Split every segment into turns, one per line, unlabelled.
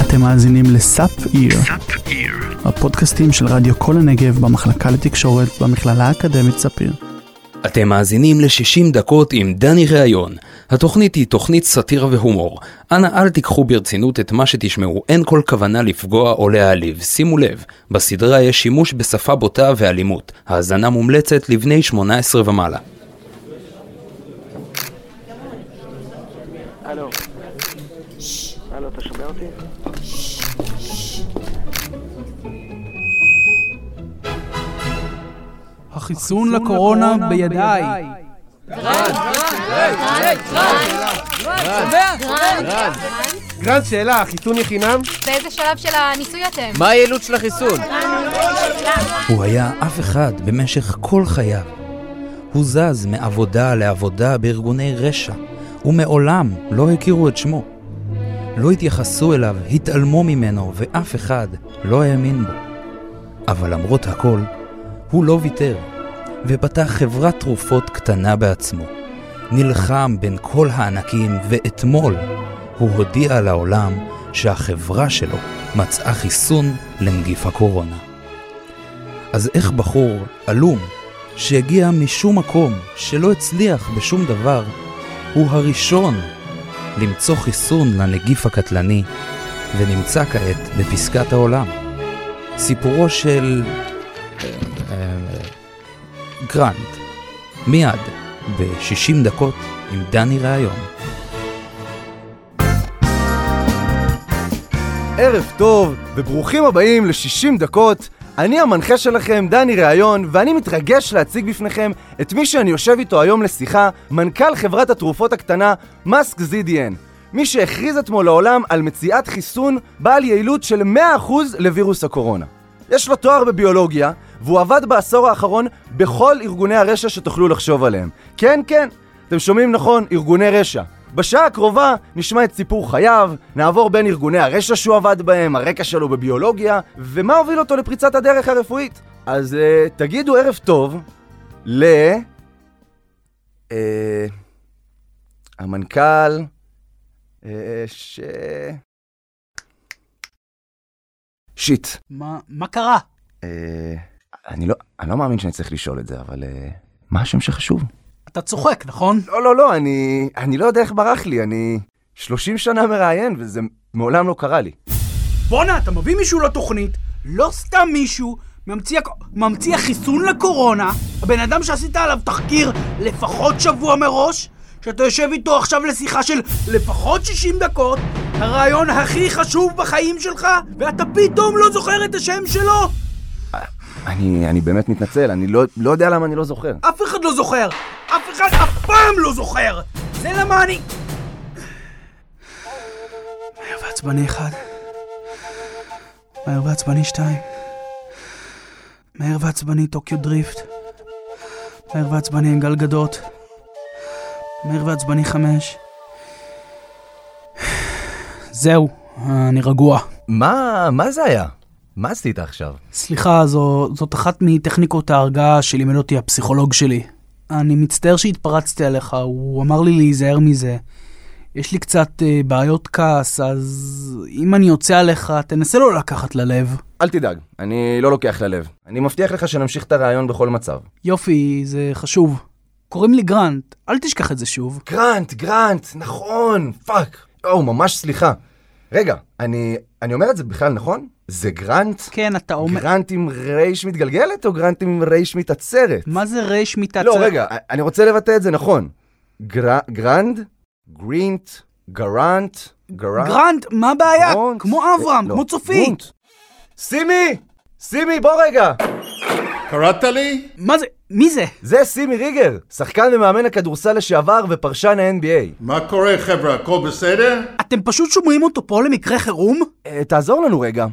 אתם מאזינים לסאפ איר, הפודקאסטים של רדיו כל הנגב במחלקה לתקשורת במכללה האקדמית ספיר.
אתם מאזינים ל-60 דקות עם דני ראיון. התוכנית היא תוכנית סאטירה והומור. אנא אל תיקחו ברצינות את מה שתשמעו, אין כל כוונה לפגוע או להעליב. שימו לב, בסדרה יש שימוש בשפה בוטה ואלימות. האזנה מומלצת לבני 18 ומעלה.
הלו. הלו, אתה שומע אותי?
החיסון לקורונה בידיי.
גרנד שאלה, החיסון היא חינם?
באיזה שלב של הניסוי אתם?
מה היעילות של החיסון?
הוא היה אף אחד במשך כל חייו. הוא זז מעבודה לעבודה בארגוני רשע, ומעולם לא הכירו את שמו. לא התייחסו אליו, התעלמו ממנו, ואף אחד לא האמין בו. אבל למרות הכל, הוא לא ויתר, ופתח חברת תרופות קטנה בעצמו. נלחם בין כל הענקים, ואתמול הוא הודיע לעולם שהחברה שלו מצאה חיסון לנגיף הקורונה. אז איך בחור עלום, שהגיע משום מקום, שלא הצליח בשום דבר, הוא הראשון למצוא חיסון לנגיף הקטלני, ונמצא כעת בפסגת העולם. סיפורו של... אה, אה, גרנד, מיד, ב-60 דקות עם דני ראיון.
ערב טוב, וברוכים הבאים ל-60 דקות. אני המנחה שלכם, דני ראיון, ואני מתרגש להציג בפניכם את מי שאני יושב איתו היום לשיחה, מנכ"ל חברת התרופות הקטנה, מאסק ZDN. מי שהכריז אתמול לעולם על מציאת חיסון בעל יעילות של 100% לווירוס הקורונה. יש לו תואר בביולוגיה, והוא עבד בעשור האחרון בכל ארגוני הרשע שתוכלו לחשוב עליהם. כן, כן, אתם שומעים נכון, ארגוני רשע. בשעה הקרובה נשמע את סיפור חייו, נעבור בין ארגוני הרשע שהוא עבד בהם, הרקע שלו בביולוגיה, ומה הוביל אותו לפריצת הדרך הרפואית. אז uh, תגידו ערב טוב ל... Uh, המנכ"ל... Uh, ש... שיט.
מה קרה?
אה, אני לא, אני לא מאמין שאני צריך לשאול את זה, אבל אה, מה השם שחשוב?
אתה צוחק, נכון?
לא, לא, לא, אני, אני לא יודע איך ברח לי, אני 30 שנה מראיין, וזה מעולם לא קרה לי.
בואנה, אתה מביא מישהו לתוכנית, לא סתם מישהו, ממציא, הק- ממציא חיסון לקורונה, הבן אדם שעשית עליו תחקיר לפחות שבוע מראש, שאתה יושב איתו עכשיו לשיחה של לפחות 60 דקות, הרעיון הכי חשוב בחיים שלך, ואתה פתאום לא זוכר את השם שלו?
אני, אני באמת מתנצל, אני לא, לא יודע למה אני לא זוכר.
אף אחד לא זוכר! אף אחד אף פעם לא זוכר! זה למה אני... מהר ועצבני אחד. מהר ועצבני שתיים. מהר ועצבני טוקיו דריפט. מהר ועצבני עם גל גדות. מהר ועצבני חמש. זהו, אני רגוע.
מה, מה זה היה? מה עשית עכשיו?
סליחה, זו, זאת אחת מטכניקות ההרגעה שלימד אותי הפסיכולוג שלי. אני מצטער שהתפרצתי עליך, הוא אמר לי להיזהר מזה. יש לי קצת אה, בעיות כעס, אז אם אני יוצא עליך, תנסה לא לקחת ללב.
אל תדאג, אני לא לוקח ללב. אני מבטיח לך שנמשיך את הרעיון בכל מצב.
יופי, זה חשוב. קוראים לי גרנט, אל תשכח את זה שוב.
גרנט, גרנט, נכון, פאק. או, ממש סליחה. רגע, אני, אני אומר את זה בכלל נכון? זה גרנט?
כן, אתה אומר...
גרנט עם רייש מתגלגלת או גרנט עם רייש מתעצרת?
מה זה רייש מתעצר?
לא, רגע, אני רוצה לבטא את זה נכון. גר- גרנד, גרינט, גרנט, גרנט.
גרנט, מה הבעיה?
גרונט?
כמו
אה,
אברהם,
לא,
כמו צופי.
גרונט. סימי! סימי, בוא רגע!
קראת לי?
מה זה? מי זה?
זה סימי ריגר, שחקן ומאמן הכדורסל לשעבר ופרשן ה-NBA.
מה קורה חבר'ה, הכל בסדר?
אתם פשוט שומעים אותו פה למקרה חירום?
אה, תעזור לנו רגע,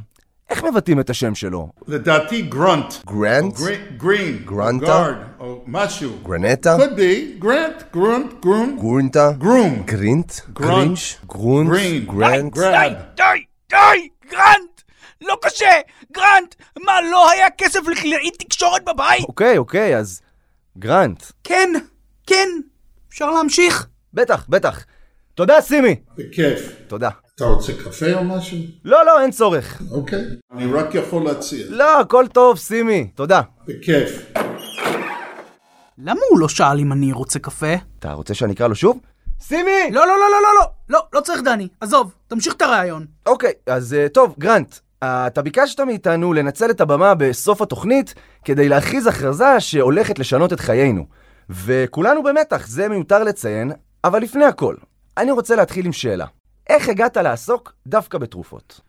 איך מבטאים את השם שלו?
לדעתי גרונט.
גרנט?
גרין- גרין.
גרנטה?
גארד. או משהו.
גרנטה?
could be. גרנט, גרונט, גרום.
גורנטה?
גרום.
גרינט?
גרונט.
גרונט?
גרין. גרד.
די, די, גרנט! לא קשה! גרנט! מה, לא היה כסף לקלעי תקשורת בבית?
אוקיי, אוקיי, אז גרנט.
כן, כן, אפשר להמשיך?
בטח, בטח. תודה, סימי.
בכיף.
תודה.
אתה רוצה קפה או משהו?
לא, לא, אין צורך.
אוקיי. אני רק יכול להציע.
לא, הכל טוב, סימי. תודה.
בכיף.
למה הוא לא שאל אם אני רוצה קפה?
אתה רוצה שאני אקרא לו שוב? סימי!
לא, לא, לא, לא, לא, לא, לא, לא צריך דני. עזוב, תמשיך את הרעיון.
אוקיי, אז אה, טוב, גרנט, אה, אתה ביקשת מאיתנו לנצל את הבמה בסוף התוכנית כדי להכריז הכרזה שהולכת לשנות את חיינו. וכולנו במתח, זה מיותר לציין, אבל לפני הכל, אני רוצה להתחיל עם שאלה. איך הגעת לעסוק דווקא בתרופות?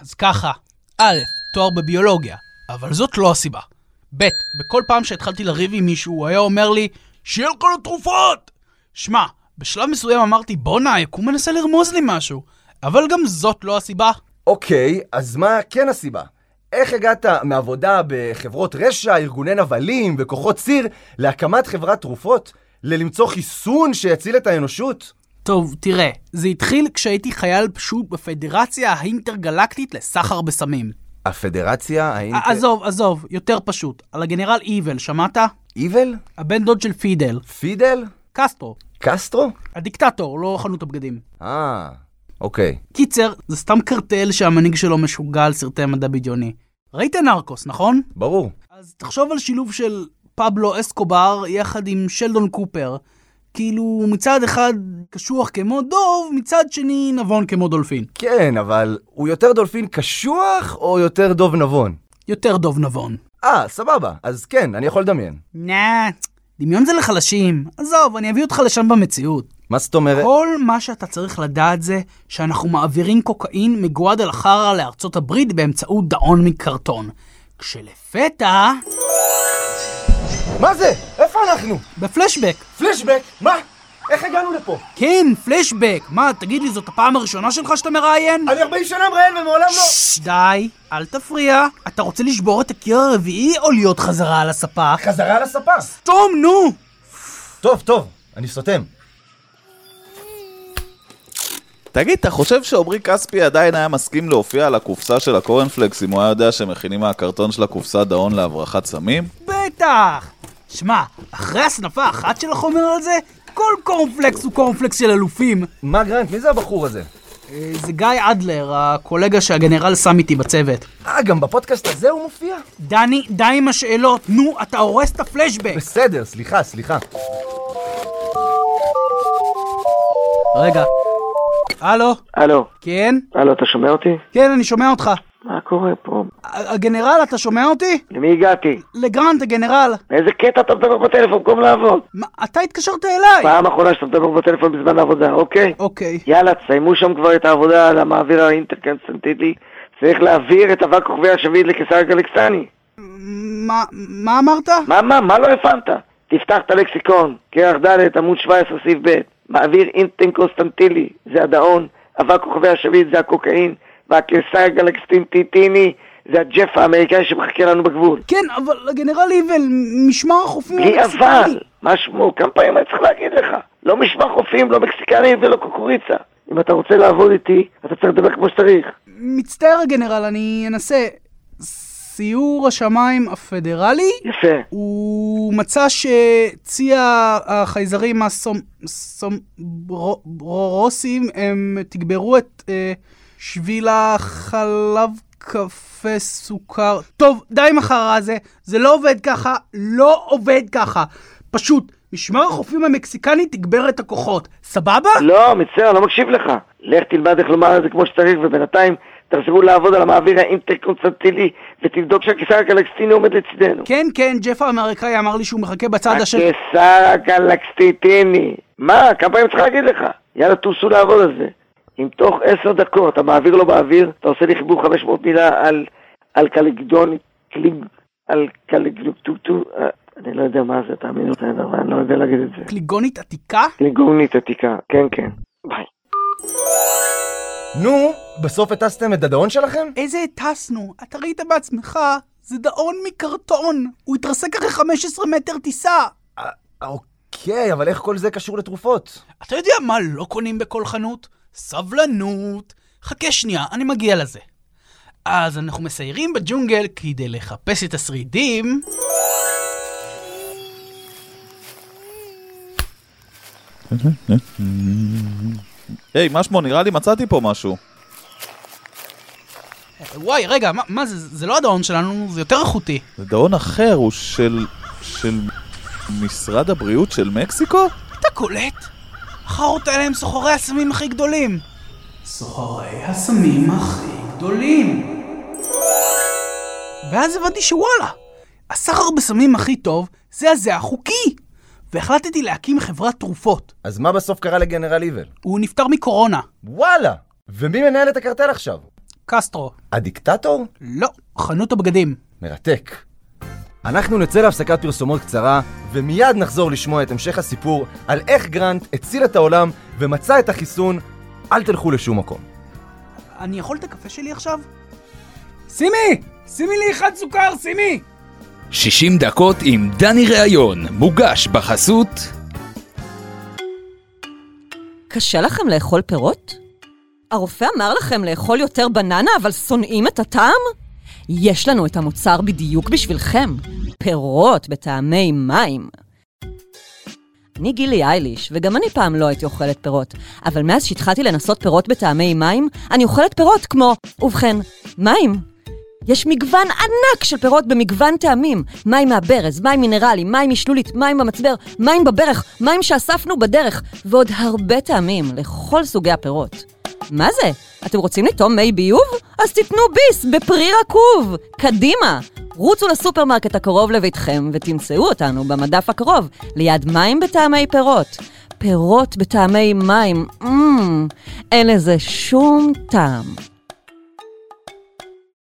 אז ככה, א', תואר בביולוגיה, אבל זאת לא הסיבה. ב', בכל פעם שהתחלתי לריב עם מישהו, הוא היה אומר לי, שיהיה כל התרופות! שמע, בשלב מסוים אמרתי, בואנה, היקום מנסה לרמוז לי משהו. אבל גם זאת לא הסיבה.
אוקיי, אז מה כן הסיבה? איך הגעת מעבודה בחברות רשע, ארגוני נבלים וכוחות ציר להקמת חברת תרופות? ללמצוא חיסון שיציל את האנושות?
טוב, תראה, זה התחיל כשהייתי חייל פשוט בפדרציה האינטרגלקטית לסחר בסמים.
הפדרציה, האינט...
ע- עזוב, עזוב, יותר פשוט. על הגנרל איבל, שמעת?
איבל?
הבן דוד של פידל.
פידל?
קסטרו.
קסטרו?
הדיקטטור, לא חנות הבגדים.
אה, אוקיי.
קיצר, זה סתם קרטל שהמנהיג שלו משוגע על סרטי מדע בדיוני. ראית נרקוס, נכון?
ברור.
אז תחשוב על שילוב של פבלו אסקובר יחד עם שלדון קופר. כאילו, מצד אחד קשוח כמו דוב, מצד שני נבון כמו דולפין.
כן, אבל הוא יותר דולפין קשוח או יותר דוב נבון?
יותר דוב נבון.
אה, סבבה, אז כן, אני יכול לדמיין.
נה, דמיון זה לחלשים. עזוב, אני אביא אותך לשם במציאות.
מה זאת אומרת?
כל מה שאתה צריך לדעת זה שאנחנו מעבירים קוקאין מגואדלחרה לארצות הברית באמצעות דאון מקרטון. כשלפתע...
מה זה? איפה אנחנו?
בפלשבק.
פלשבק? מה? איך הגענו לפה?
כן, פלשבק. מה, תגיד לי, זאת הפעם הראשונה שלך שאתה מראיין?
אני 40 שנה מראיין ומעולם לא-
ששש, די, אל תפריע. אתה רוצה לשבור את הקיר הרביעי או להיות חזרה על הספה?
חזרה לספה.
תום, נו!
טוב, טוב, אני סותם.
תגיד, אתה חושב שעמרי כספי עדיין היה מסכים להופיע על הקופסה של הקורנפלקס אם הוא היה יודע שמכינים מהקרטון של הקופסה דאון להברחת סמים?
בטח! שמע, אחרי הסנפה אחת של החומר הזה, כל קורנפלקס הוא קורנפלקס של אלופים.
מה גרנט, מי זה הבחור הזה?
אה, זה גיא אדלר, הקולגה שהגנרל שם איתי בצוות.
אה, גם בפודקאסט הזה הוא מופיע?
דני, די עם השאלות, נו, אתה הורס את הפלשבק!
בסדר, סליחה, סליחה.
רגע. הלו?
הלו,
כן?
הלו, אתה שומע אותי?
כן, אני שומע אותך.
מה קורה פה?
הגנרל, אתה שומע אותי?
למי הגעתי?
לגרנט, הגנרל.
מאיזה קטע אתה מדבר בטלפון במקום לעבוד?
מה, אתה התקשרת אליי.
פעם אחרונה שאתה מדבר בטלפון בזמן העבודה, אוקיי?
אוקיי.
יאללה, תסיימו שם כבר את העבודה על המעביר האינטרקנסטנטיטי. צריך להעביר את אבק כוכבי השביעית לקיסר הגלקסני.
מה, מה אמרת?
מה, מה, מה לא הבנת? תפתח את הלקסיקון, קרח ד', עמוד 17, סעיף ב', מעביר אינטרקונסטנטילי, זה הדאון, אבק כוכבי השביעית זה הקוקאין, והקיסר הגלקסטינטיטיני זה הג'ף האמריקאי שמחכה לנו בגבול.
כן, אבל הגנרל איבל, משמר החופים
בלי
המקסיקני.
אבל! לא מה שמו? כמה פעמים אני צריך להגיד לך? לא משמע חופים, לא מקסיקנים ולא קוקוריצה. אם אתה רוצה לעבוד איתי, אתה צריך לדבר כמו שצריך.
מצטער, הגנרל, אני אנסה. סיור השמיים הפדרלי,
יפה.
הוא מצא שצי החייזרים הסומברורוסים, הם תגברו את אה, שביל החלב קפה סוכר. טוב, די עם החרא הזה, זה לא עובד ככה, לא עובד ככה. פשוט, משמר החופים המקסיקני תגבר את הכוחות, סבבה?
לא, מצטער, לא מקשיב לך. לך תלמד איך לומר את זה כמו שצריך, ובינתיים תחזרו לעבוד על המעביר האינטרקונסטנטילי, ותבדוק שהקיסר הגלקסטיני עומד לצידנו.
כן, כן, ג'ף האמריקאי אמר לי שהוא מחכה בצד
אה,
השני.
כן. הקיסר הגלקסטיני. מה, כמה פעמים צריך להגיד לך? יאללה, תוסו לעבוד על זה. אם תוך עשר דקות אתה מעביר לא באוויר, אתה עושה לי חיבור 500 מילה על, על קליגדון, קליג, על קליגדוקטוקטו, אה, אני לא יודע מה זה, תאמין לי, אבל אני לא יודע להגיד את זה.
קליגונית עתיקה?
קליגונית עתיקה, כן, כן. ביי.
נו, בסוף הטסתם את הדאון שלכם?
איזה הטסנו? אתה ראית בעצמך, זה דאון מקרטון. הוא התרסק אחרי 15 מטר טיסה.
אה, אוקיי, אבל איך כל זה קשור לתרופות?
אתה יודע מה לא קונים בכל חנות? סבלנות. חכה שנייה, אני מגיע לזה. אז אנחנו מסיירים בג'ונגל כדי לחפש את השרידים.
היי, מה שמו? נראה לי מצאתי פה משהו.
וואי, רגע, מה- מה זה? זה לא הדאון שלנו, זה יותר איכותי.
זה דאון אחר, הוא של... של... משרד הבריאות של מקסיקו?
אתה קולט? החארות האלה הם סוחרי הסמים הכי גדולים. סוחרי הסמים הכי גדולים. ואז הבנתי שוואלה, הסחר בסמים הכי טוב זה הזה החוקי. והחלטתי להקים חברת תרופות.
אז מה בסוף קרה לגנרל איבל?
הוא נפטר מקורונה.
וואלה! ומי מנהל את הקרטל עכשיו?
קסטרו.
הדיקטטור?
לא, חנות הבגדים.
מרתק. אנחנו נצא להפסקת פרסומות קצרה, ומיד נחזור לשמוע את המשך הסיפור על איך גרנט הציל את העולם ומצא את החיסון. אל תלכו לשום מקום.
אני יכול את הקפה שלי עכשיו? סימי! שימי לי אחד סוכר, סימי!
60 דקות עם דני ראיון, מוגש בחסות
קשה לכם לאכול פירות? הרופא אמר לכם לאכול יותר בננה, אבל שונאים את הטעם? יש לנו את המוצר בדיוק בשבילכם, פירות בטעמי מים. אני גילי אייליש, וגם אני פעם לא הייתי אוכלת פירות, אבל מאז שהתחלתי לנסות פירות בטעמי מים, אני אוכלת פירות כמו, ובכן, מים. יש מגוון ענק של פירות במגוון טעמים. מים מהברז, מים מינרלי, מים משלולית, מים במצבר, מים בברך, מים שאספנו בדרך, ועוד הרבה טעמים לכל סוגי הפירות. מה זה? אתם רוצים לטעום מי ביוב? אז תיתנו ביס בפרי רקוב! קדימה! רוצו לסופרמרקט הקרוב לביתכם ותמצאו אותנו במדף הקרוב, ליד מים בטעמי פירות. פירות בטעמי מים, אמ, אין לזה שום טעם.